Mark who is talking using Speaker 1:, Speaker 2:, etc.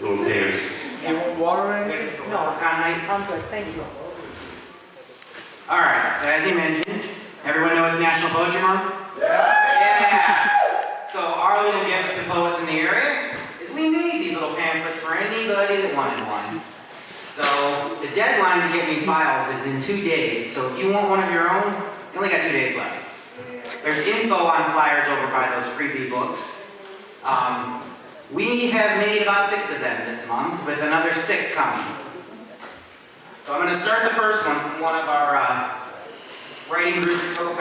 Speaker 1: little dance.
Speaker 2: You want water or anything?
Speaker 3: No, Conley.
Speaker 4: I'm good, thank you.
Speaker 3: All right, so as you mentioned, everyone knows National Poetry Month? Yeah! So our little gift to poets in the area is we made these little pamphlets for anybody that wanted one. So the deadline to get me files is in two days, so if you want one of your own, you only got two days left. There's info on flyers over by those creepy books. Um, we have made about six of them this month, with another six coming. So I'm going to start the first one from one of our uh, writing groups,